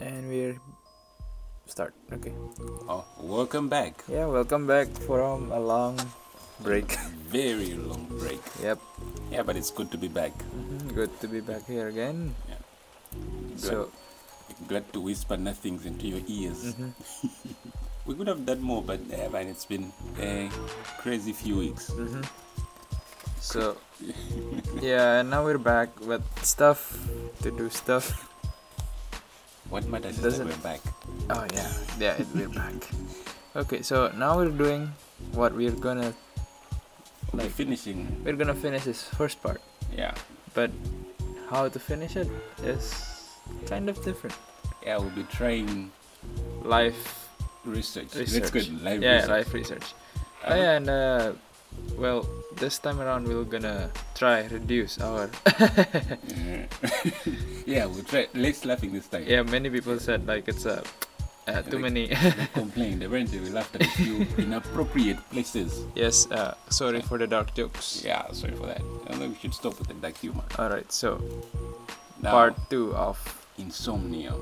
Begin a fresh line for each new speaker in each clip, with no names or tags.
and we're start okay
Oh, welcome back.
yeah welcome back from a long break
Very long break.
yep
Yeah, but it's good to be back.
Mhm, good to be back here again
Glad,
so
glad to whisper nothing into your ears.
mhm, Mm-hmm.
We could have done more, but eh, man, it's been a crazy few weeks.
mhm. so yeah and now we're back with stuff to do stuff
What matters is that
Doesn't-
we're back.
oh yeah yeah it, we're back okay so now we're doing what we're gonna
We're finishing.
we're gonna finish this first part
Yeah.
but how to finish it is kind of different
Yeah, we'll be trying
life
research. That's
Research.
good. Live
yeah
research.
life research
Uh-huh.
oh, yeah, and uh, well this time around we're gonna try reduce our
yeah, we'll try. Let's laughing this time.
yeah many people said like it's a uh, too many
They complained. Apparently, we laughed at a few inappropriate places.
yes uh, sorry for the dark jokes
Yeah, sorry for that. I think we should stop with the dark humor.
all right so
Now,
part two of
insomnia.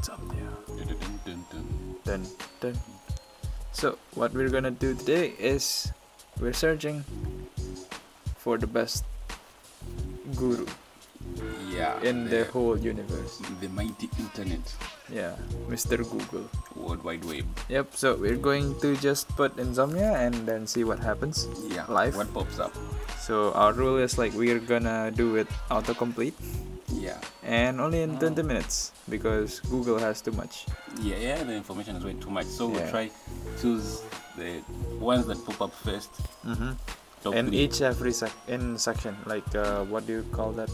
insomnia
Dun-dun-dun-dun.
dun, dun. so what we're gonna do today is we're searching for the best guru
Yeah.
in the whole universe
the mighty internet,
yeah mr google
World Wide Web.
Yep, so we're going to just put insomnia and then see what happens.
Yeah.
Life.
What pops up?
So our rule is like we're gonna do it autocomplete
Yeah.
and only in
Oh.
20 minutes because Google has too much.
Yeah, yeah. The information is way too much. So we'll
Yeah.
try choose the ones that pop up first.
Mm-hmm.
Top
And
three.
each every sec- in section, like uh, what do you call that?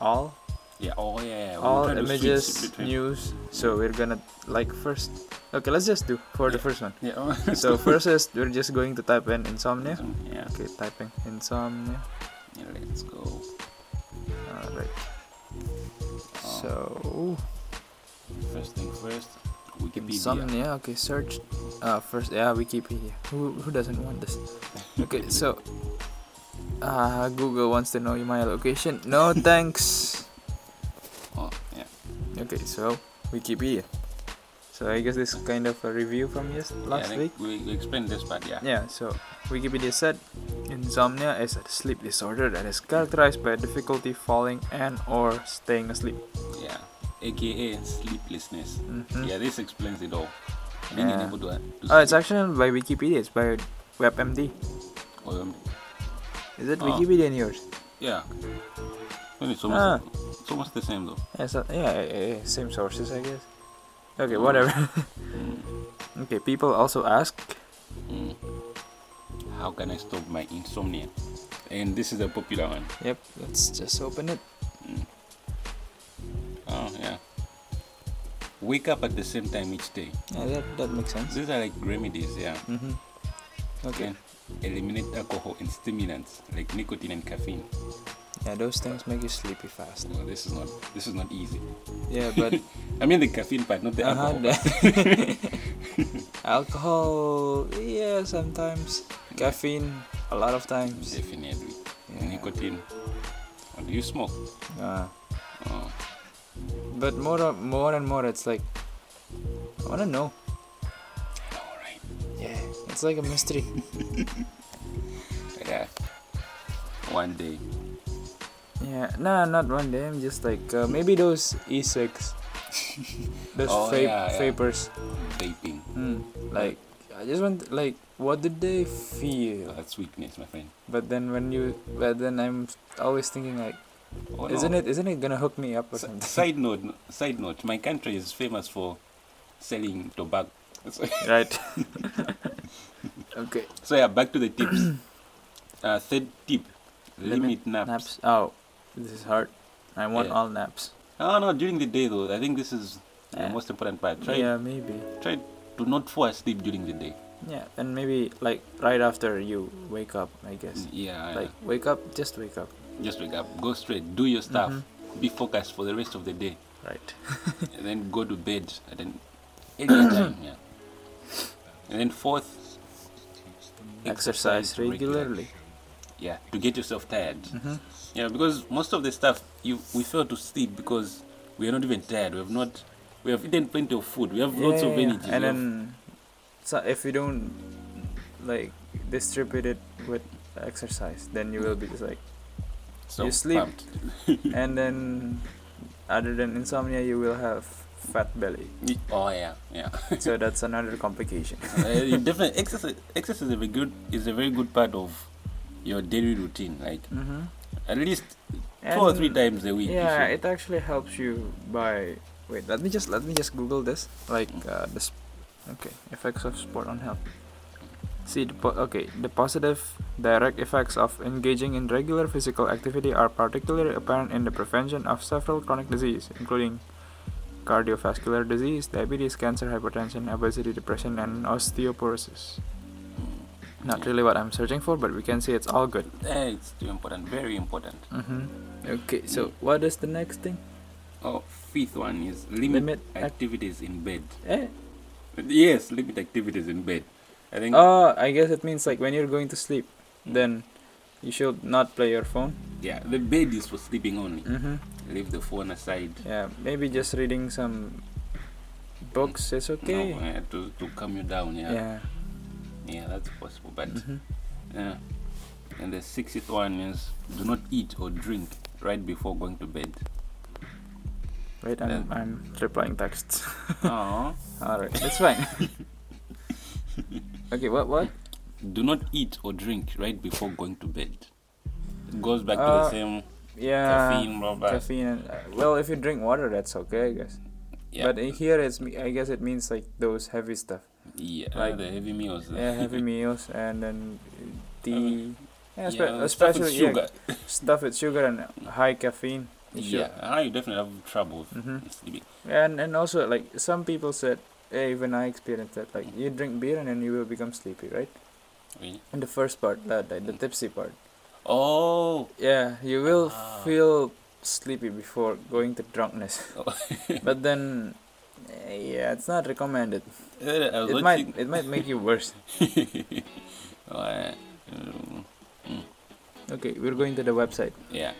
All,
Yeah. Oh yeah. yeah. We'll
all
try to switch
images,
between-
news. So we're gonna like first. Okay, let's just do for the
Yeah.
first one.
Yeah. oh,
So first is we're just going to type in insomnia.
Yeah.
Okay, typing insomnia.
yeah. Let's go.
All right.
Oh.
So.
First thing first. Wikipedia.
Insomnia. Okay, search. Uh, first, yeah, Wikipedia. Who who doesn't want this? Okay, so. Uh, Google wants to know my location. No thanks.
Oh yeah.
Okay, so Wikipedia. So I guess this is kind of a review from yes
Yeah, I
last
think
week.
We, we explained this part. Yeah.
Yeah, so Wikipedia said insomnia is a sleep disorder that is characterized by difficulty falling and or staying asleep.
Yeah. AKA sleeplessness.
Mhm.
Yeah, this explains it all. Being
Yeah.
able to, uh, to
Oh, it's
sleep.
actually not by Wikipedia. It's by WebMD.
Oh, um,
Is it
Oh.
Wikipedia and yours?
yeah. Well, it's
Ah.
almost, it's almost the same though.
Yeah, so, yeah, eh, eh, eh, same sources, I guess. Okay, whatever.
Hmm,
okay, people also ask.
Mm. How can I stop my insomnia? And this is a popular one.
Yep, let's just open it.
Oh yeah. Wake up at the same time each day.
Yeah, that, that makes sense.
These are like remedies, yeah.
Mm-hmm. Okay.
And eliminate alcohol and stimulants like nicotine and caffeine.
Yeah, those things make you sleepy fast.
No, this is not this is not easy.
Yeah, but
I mean the caffeine part, not the
uh-huh,
alcohol. part.
the- alcohol, yeah, sometimes. Caffeine, a lot of times.
Definitely.
Yeah.
Nicotine. And do you smoke?
Uh,
Oh.
but more, of- more and more, it's like, I wanna know.
All right.
Yeah, it's like a mystery.
Yeah. One day.
Yeah, nah, not one day. I'm just like uh, maybe those e-cigs, those
Oh,
vape,
yeah, yeah.
vapors.
Vaping.
Mm, like I just want like what did they feel?
That's weakness, my friend.
But then when you, but then I'm always thinking like,
Oh, no.
isn't it isn't it gonna hook me up or
S-
something?
side note, side note. My country is famous for selling tobacco. So,
right. okay.
so yeah, back to the tips. uh, third tip: limit, naps.
Naps. Oh, this is hard. I want
Yeah.
all naps.
Oh no, during the day though. I think this is the
Yeah.
most important part. Try,
Yeah, maybe.
try to not fall asleep during the day.
Yeah, and maybe like right after you wake up, I guess.
Yeah,
Like wake up, just wake up.
just wake up, go straight, do your stuff,
Mm-hmm.
be focused for the rest of the day,
Right.
and then go to bed at an earlier time. Yeah. And then fourth,
Exercise regularly.
Yeah, to get yourself tired.
Mhm.
Yeah, because most of the stuff you we fail to sleep because we are not even tired. We have not We have eaten plenty of food. We have lots of
Yeah,
energy.
And
we have-
then, so if you don't like distribute it with exercise, then you will be just like.
so
you sleep.
pumped.
And then, other than insomnia, you will have fat belly.
Oh yeah, yeah.
so that's another complication.
uh, you definitely exercise. Exercise is a very good is a very good part of your daily routine. Like
Mm-hmm.
at least two or three times a week. you
Yeah,
should-
it actually helps you by. Wait, let me just let me just Google this. Like uh, this. Okay, effects of sport on health. See the po- okay the positive direct effects of engaging in regular physical activity are particularly apparent in the prevention of several chronic diseases, including cardiovascular disease, diabetes, cancer, hypertension, obesity, depression, and osteoporosis.
Mm.
Not really what I'm searching for, but we can see it's all good.
Eh, it's too important. Very important.
Mm-hmm. Okay, so what is the next thing?
Oh, fifth one is limit,
Limit. Ac-
activities in bed.
eh?
Yes, limit activities in bed. I think.
Oh, I guess it means like when you're going to sleep, then you should not play your phone.
Yeah, the bed is for sleeping only.
Mm-hmm.
Leave the phone aside.
Yeah, maybe just reading some books is okay.
No, eh, to to calm you down. Yeah. Yeah,
yeah.
that's possible. But
Mm-hmm.
yeah. And the sixth one is do not eat or drink right before going to bed.
Wait, I'm, I'm replying texts.
Oh.
All right, that's fine. okay, what what?
do not eat or drink right before going to bed. It goes back to the
Uh,
same
Yeah.
caffeine, blah blah.
Caffeine. and- uh, well, if you drink water, that's okay, I guess.
Yeah.
But uh, here, it's me- I guess it means like those heavy stuff.
yeah,
like-
the heavy meals.
Yeah, heavy meals and then uh, tea. Yeah,
Yeah,
espe-
stuff
especially
with
yeah,
sugar.
stuff with sugar and high caffeine. Sure.
Yeah, I definitely have trouble with
Mhm.
sleeping.
And and also like some people said, hey, even I experienced that. Like you drink beer and then you will become sleepy, right?
Really.
And the first part, that like, the tipsy part.
Oh,
Yeah, you will
Ah.
feel sleepy before going to drunkenness.
Oh.
but then, eh, yeah, it's not recommended.
uh, I was
It
watching.
might it might make you worse.
Oh, eh, um,
Okay, we're going to the website.
yeah.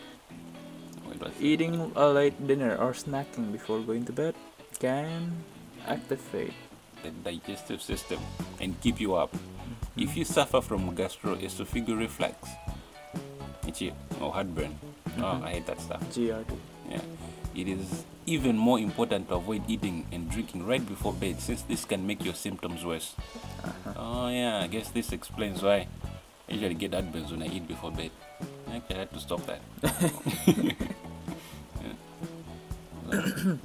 What was it?
Eating a late dinner or snacking before going to bed can activate.
the digestive system and keep you up. If you suffer from gastroesophageal reflux, itchy or heartburn,
Mm-hmm.
oh, I hate that stuff.
GRT.
Yeah. It is even more important to avoid eating and drinking right before bed since this can make your symptoms worse.
Uh-huh.
Oh, yeah, I guess this explains why I usually get heartburns when I eat before bed. Actually, I had to stop that. Yeah.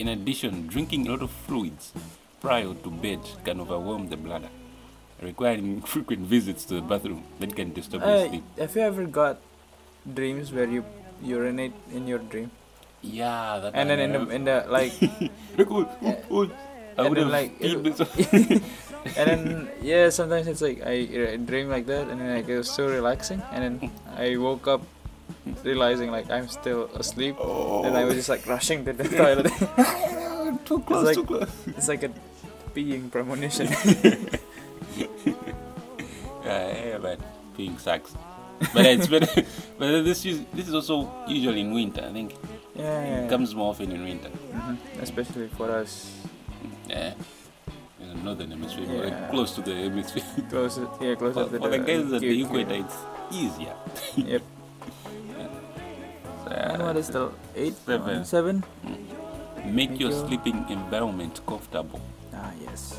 In addition, drinking a lot of fluids prior to bed can overwhelm the bladder, requiring frequent visits to the bathroom that can disturb your
Hey,
sleep.
Uh, have you ever got dreams where you urinate in your dream,
Yeah, that
and
I
then in the
remember.
in the like,
Look, oh, oh, oh. I
and
would
then,
have
like,
eaten
it'll-
this-
and then yeah, sometimes it's like I uh, dream like that, and then like, it was so relaxing, and then I woke up realizing like I'm still asleep, and I was just like rushing to the toilet.
Oh. too close,
like-
too close.
it's like a peeing premonition.
Yeah, yeah, but peeing sucks. But it's better. But this is this is also usually in winter. I think
yeah,
it comes more often in winter.
Mhm, especially for us
Yeah, in the northern hemisphere, or
Yeah.
close to the hemisphere.
closer, yeah, closer
For,
to
for
the
the guys at the
Q-
equator, it's easier.
Yep.
So,
And what is the eight?
Seven.
one, seven?
make
Make
your
your-
sleeping environment comfortable.
Ah yes.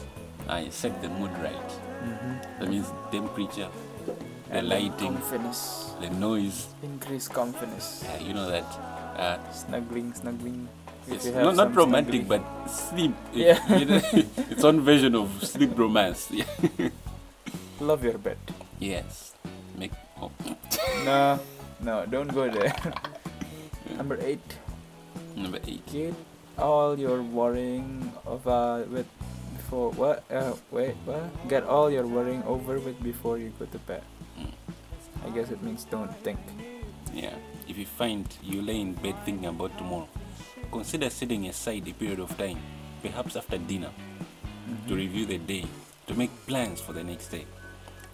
I set the mood right.
Mm-hmm.
That means temperature, the
And
lighting,
Confidence.
the noise.
Increase confidence.
Yeah, you know that. Uh,
Snuggling, snuggling. If
It's
you have
not, not
some
romantic,
snuggling.
but sleep.
Yeah.
you know, its own version of sleep romance. Yeah.
Love your bed.
Yes. Make oh,
No, no, don't go there. Number eight.
number eight.
Get all your worrying over with before what? Uh, wait, what? Get all your worrying over with before you go to bed.
Mm.
I guess it means don't think.
Yeah. If you find you lay in bed thinking about tomorrow, consider setting aside a period of time, perhaps after dinner,
Mm-hmm.
to review the day, to make plans for the next day.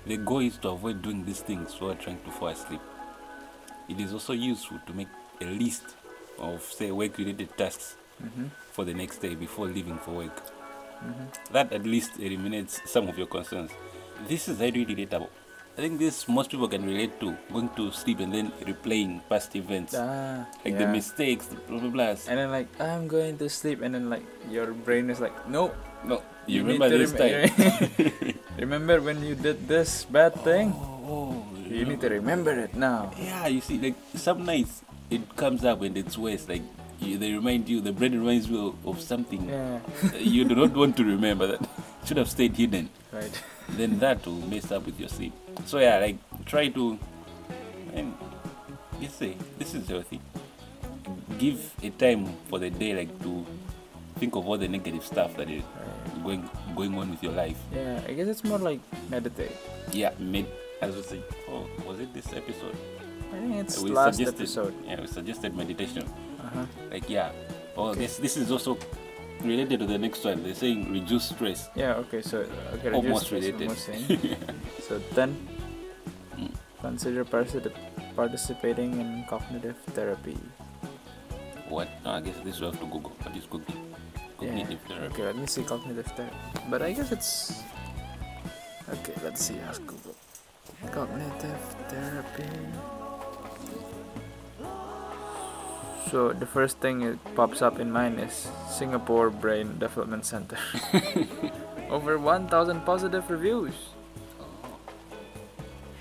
The goal is to avoid doing these things while trying to fall asleep. It is also useful to make a list of, say, work related tasks
Mhm.
for the next day before leaving for work.
Mhm.
That at least eliminates some of your concerns. This is highly relatable. I think this most people can relate to going to sleep and then replaying past events,
Ah,
like the
yeah.
mistakes, the blah blah blah.
And then like I'm going to sleep, and then like your brain is like, no.
No, you,
need
remember
to
this
rem-
time.
remember when you did this bad thing?
Oh, oh,
You need to remember it now.
Yeah, you see, like some nights it comes up and it's worse. Like you, they remind you, the brain reminds you of, of something
Yeah.
you do not want to remember that should have stayed hidden.
Right.
Then that will mess up with your sleep. So yeah, like try to, and you see, this is healthy. Give a time for the day, like to think of all the negative stuff that is
Right.
going going on with your life.
Yeah. I guess it's more like meditate.
Yeah, made as we say. Oh, was it this episode?
I think it's
we
last
suggested,
episode.
Yeah, we suggested meditation.
Uh-huh.
Like yeah. Oh,
Okay.
this this is also related to the next one. They're saying reduce stress.
Yeah. Okay. So okay.
Almost
reduce stress,
related.
Almost same. so then,
Mm.
consider particip- participating in cognitive therapy.
What? No, I guess this will have to Google. What is Google? Cognitive therapy.
Okay, let me see cognitive therapy. But I guess it's okay. Let's see. Ask Google. Cognitive therapy. So the first thing it pops up in mine is Singapore Brain Development Center. Over 1,000 positive reviews.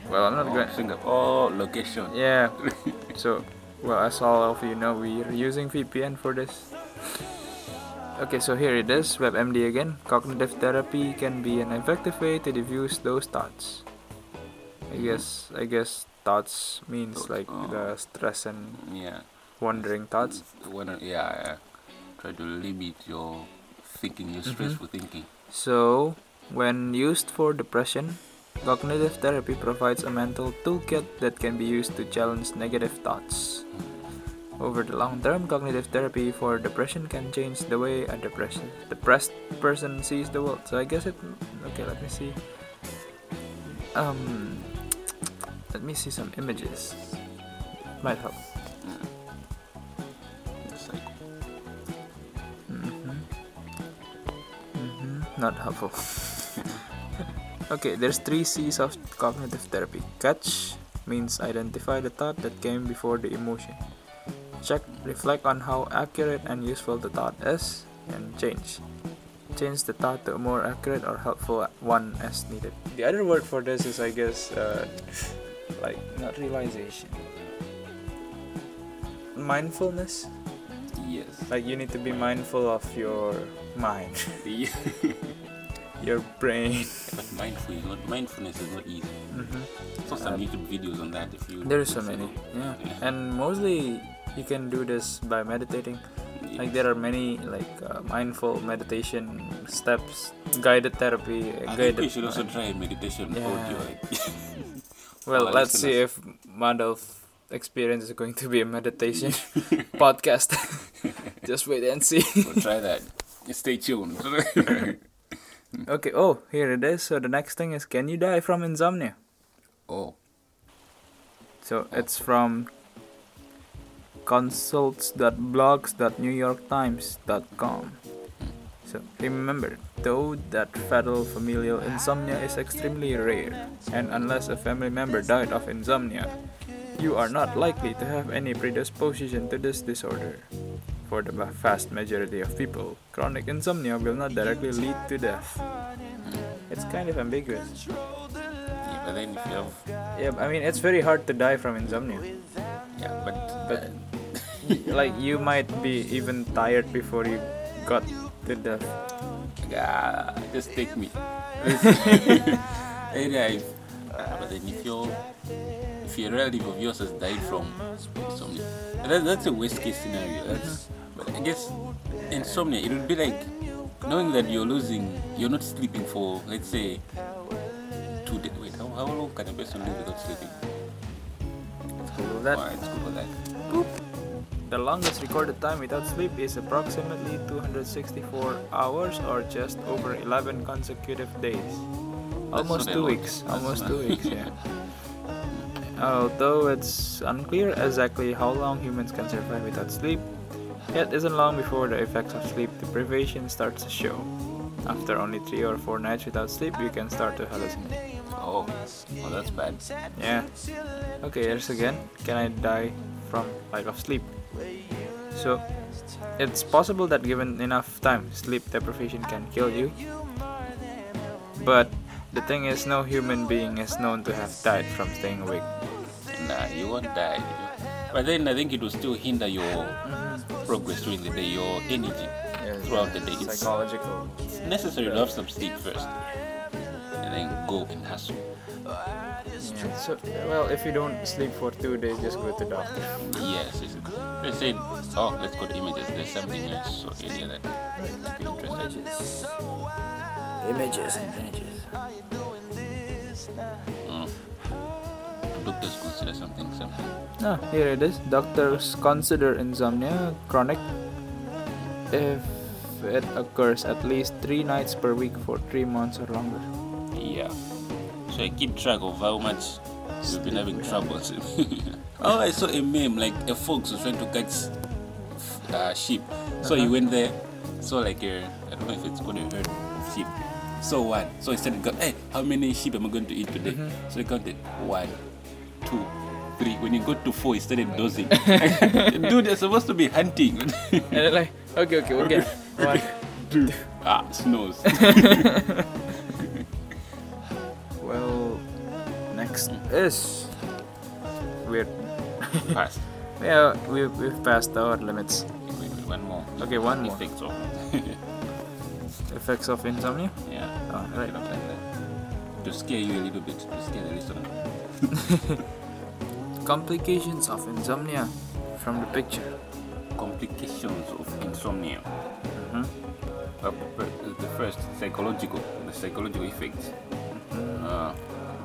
Well, I'm not
oh,
going.
Singapore. Oh, location.
Yeah. so, well, as all of you know, we're using VPN for this. Okay, so here it is, WebMD again. Cognitive therapy can be an effective way to diffuse those thoughts. I guess, I guess thoughts means
Thoughts,
like
oh.
the stress and
Yeah.
wandering thoughts.
When, yeah, yeah. Try to limit your thinking,
Mm-hmm.
your stressful thinking.
So, when used for depression, cognitive therapy provides a mental toolkit that can be used to challenge negative thoughts. Over the long term, cognitive therapy for depression can change the way a depression depressed person sees the world. So I guess it okay, let me see. Um let me see some images. Might help.
It's like,
Mhm. Mhm. Not helpful. okay, there's three C's of cognitive therapy. Catch means identify the thought that came before the emotion. Check, reflect on how accurate and useful the thought is, and change. Change the thought to a more accurate or helpful one as needed. The other word for this is, I guess, uh, like not realization, mindfulness
yes.
like you need to be mindful of your mind
Yeah.
your brain
but mindful is not, mindfulness is not easy.
mm-hmm.
So some YouTube videos on that if you.
there is so
if you
many Uh,
know.
yeah and mostly you can do this by meditating like there are many like uh, mindful meditation steps guided therapy uh,
I think
guided
we should also try meditation
Yeah.
audio. Like,
well
our
let's see if Madov's experience is going to be a meditation podcast just wait and see
we'll try that. Stay tuned.
okay oh here it is so the next thing is can you die from insomnia
oh,
So it's from consults.blogs.newyorktimes.com. So remember, though that fatal familial insomnia is extremely rare, and unless a family member died of insomnia, you are not likely to have any predisposition to this disorder. For the va- vast majority of people, chronic insomnia will not directly lead to death. It's kind of ambiguous.
yeah, but then if you have,
Yeah, I mean, it's very hard to die from insomnia.
yeah, but
But like you might be even tired before you got to the
yeah, just take me. anyway, ah, but then if your if your relative of yours has died from insomnia, and that, that's a worst case scenario. That's but I guess insomnia. It would be like knowing that you're losing, you're not sleeping for let's say two days. Wait, how, how long can a person live without sleeping?
Google
Why,
that.
it's good for that.
The longest recorded time without sleep is approximately 264 hours or just over 11 consecutive days. Almost
not a
two
lot.
weeks.
That's
Almost
not-
two weeks, yeah. Although it's unclear exactly how long humans can survive without sleep, It isn't long before the effects of sleep deprivation starts to show. After only three or four nights without sleep, you can start to hallucinate.
Oh, well, that's bad.
Yeah. Okay, here's again. Can I die from lack of sleep? So, it's possible that given enough time, sleep deprivation can kill you. But the thing is, no human being is known to have died from staying awake.
Nah, you won't die. But then I think it will still hinder your progress during the day, your energy throughout the day. It's
Psychological.
necessary to have some sleep first, and then go and hustle.
Yeah. So, well, if you don't sleep for two days, just go to doctor.
Yes, yes. They said, oh, let's go to images. There's something I saw earlier that could interest us.
Images and images.
Mm. Doctors consider something something.
Ah, here it is. Doctors consider insomnia chronic if it occurs at least three nights per week for three months or longer.
Yeah. So I keep track of how much we've been having troubles. oh, I saw a meme like a fox was trying to catch uh, sheep. So he went there, saw like a, I don't know if it's called a herd of sheep. So one. So he started going, hey, how many sheep am I going to eat today? So he counted one, two, three. When he got to four, he started dozing. Dude, you're supposed to be hunting.
And they're like, okay, okay, okay. One,
Dude. Ah, snows.
Well, next is weird.
Pass.
Yeah, we we've passed our limits.
Wait, wait, one more.
Okay, one more.
Effects of.
Effects of insomnia.
yeah.
Oh, right.
Right up like that. To scare you a little bit, to scare the listener.
Complications of insomnia from the picture.
Complications of insomnia.
Mm-hmm.
Uh, p- p- the first, psychological, the psychological effects. Uh,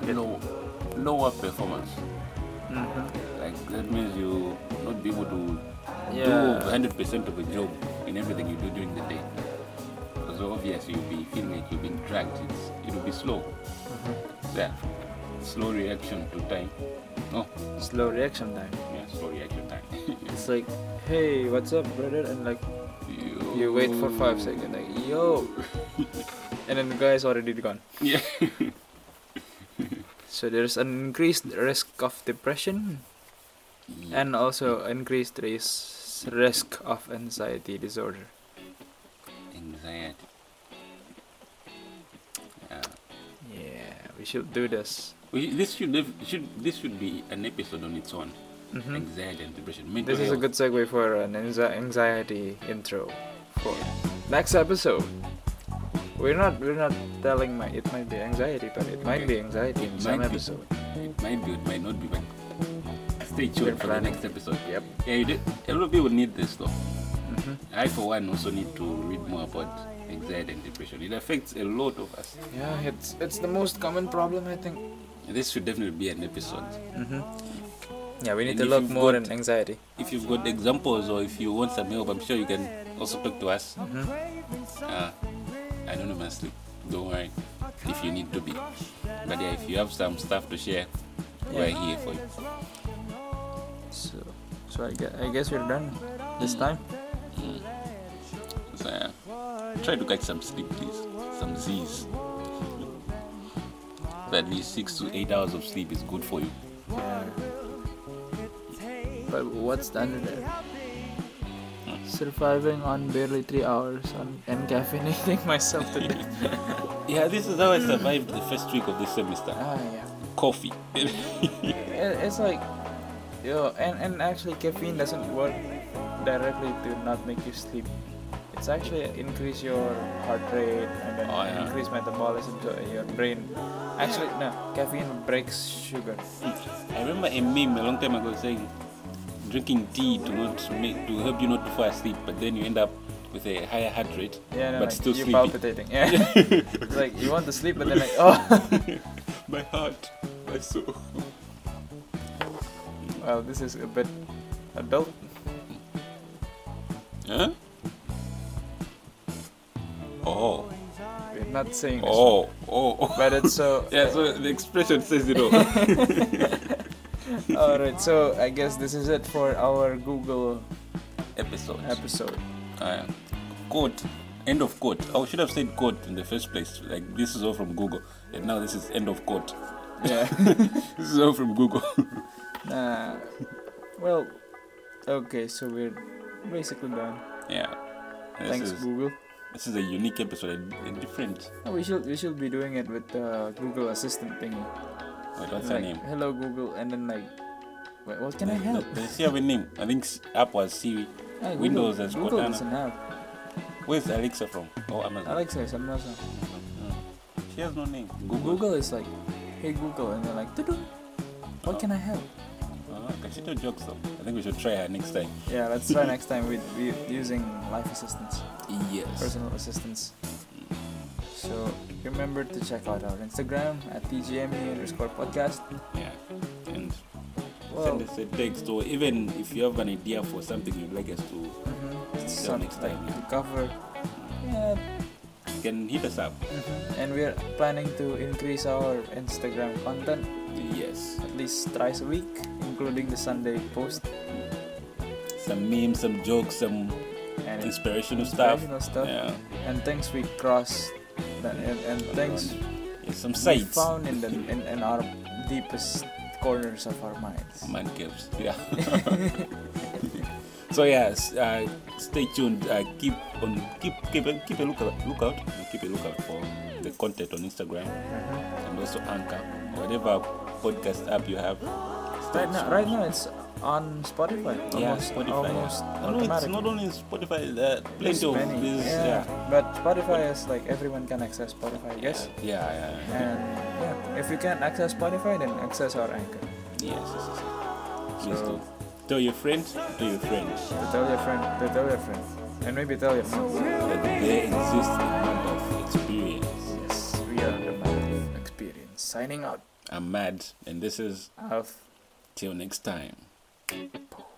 low, lower performance.
Mm-hmm.
Like that means you not be able to
Yeah.
do 100% of a job in everything you do during the day. So obviously you'll be feeling like you're being dragged. It's, it'll be slow.
Mm-hmm.
Yeah. Slow reaction to time. Oh,
Slow reaction time.
yeah, slow reaction time.
It's like, hey, what's up, brother? And like, you wait for five seconds, like, yo, and then the guy is already gone.
Yeah.
So there's an increased risk of depression and also increased ris- risk of anxiety disorder.
anxiety. Yeah.
Yeah, we should do this.
We, this should have, should this should be an episode on its own.
hmm
Anxiety and depression. Mental
This is a
health.
good segue for an anxi- anxiety intro for next episode. We're not we're not telling my it might be anxiety, but it might be anxiety in
It
some
might be.
episode.
It might be, it might not be, but stay
We're
tuned for the
planning.
next episode.
Yep.
Yeah, you did. A lot of people need this though.
hmm
I, for one, also need to read more about anxiety and depression. It affects a lot of us.
Yeah, it's it's the most common problem I think.
This should definitely be an episode.
hmm Yeah, we need
Mm-hmm. And
to
if
look
you've
more
got-
in anxiety.
If you've got examples or if you want some help, I'm sure you can also talk to us.
Mhm.
Uh, I don't know my sleep. Don't worry if you need to be. But yeah, if you have some stuff to share, we're
Yeah.
here for you.
So, so I guess, I guess we're done this time.
Mm. So yeah, try to get some sleep, please. Some Z's. So at least six to eight hours of sleep is good for you.
But what's the under there? Surviving on barely three hours on encaffeinating myself today.
Yeah, this is how I survived the first week of this semester.
ah, yeah.
Coffee.
It, it's like, yo, and, and actually, caffeine doesn't work directly to not make you sleep. It's actually increase your heart rate and then
Oh, yeah.
increase metabolism to your brain. Actually, no, caffeine breaks sugar.
I remember a meme a long time ago saying drinking tea to not make to help you not to fall asleep, but then you end up with a higher heart rate,
Yeah, no,
but
like,
still
you're
sleepy.
palpitating. Yeah. it's like you want to sleep, but then like, oh.
My heart, my soul.
Well, this is a bit adult.
Huh? Oh,
We're not saying this,
oh, oh, oh.
but it's so.
Yeah, so the expression says it all.
All right, so I guess this is it for our Google
episodes.
episode.
Uh, quote. End of quote. I should have said quote in the first place. Like this is all from Google, and now this is end of quote.
Yeah.
This is all from Google.
nah. Well, okay, so we're basically done.
yeah. This
Thanks,
is,
Google.
this is a unique episode, a, a different.
Oh, we should we should be doing it with the Google Assistant thingy.
Wait, what's her
like,
name?
Hello Google, and then like, wait, what can I
Does-
help?
Does she have a name? I think s- app was Siri.
Hey,
Windows
Google,
has
Google
Cortana.
doesn't have.
Where's Alexa from? Oh, Amazon.
Alexa is Amazon.
Mm. She has no name.
Google. is like, hey Google, and they're like, "Doo-doo. what can I help?
Ah, Consider jokes though. I think we should try her next time.
Yeah, let's try next time with, with using life assistance,
Yes.
personal assistance. So remember to check out our Instagram at TGME underscore podcast.
Yeah. And
Well,
send us a text or even if you have an idea for something you'd like us to,
mhm, it's
Till
something
next time,
to
yeah.
cover. Yeah, mm-hmm.
you can hit us up.
and we're planning to increase our Instagram content.
Yes.
at least thrice a week, including the Sunday post
Some memes, some jokes, some
and
inspirational stuff.
inspirational stuff.
Yeah.
And things we crossed, that, and, and things
yeah. Some
we
sites.
found in the in, in our deepest corners of our minds.
Man caves. Yeah. so yes, uh, stay tuned. Uh, keep on keep keep a, keep a look lookout keep a lookout for the content on Instagram and also Anchor, whatever podcast app you have. Stay
Right now,
tuned.
right now it's on Spotify.
yeah,
almost,
Spotify.
Almost
yeah. No, it's
automatic.
not only Spotify. Uh,
There's
plenty of
many.
this.
yeah.
Yeah.
But Spotify is like everyone can access Spotify, I guess.
Yeah. Yeah. yeah.
And yeah, if you can't access Spotify, then access our anchor.
Yes. yes, yes, yes. Please
So-
do. Tell your friends. Tell your friends
To tell your friend, to tell your friend, and maybe tell your mom.
that there exists a world of experience.
Yes, we are the Mouth Experience. Signing out.
I'm mad, and this is
Alf.
till next time.
Paul.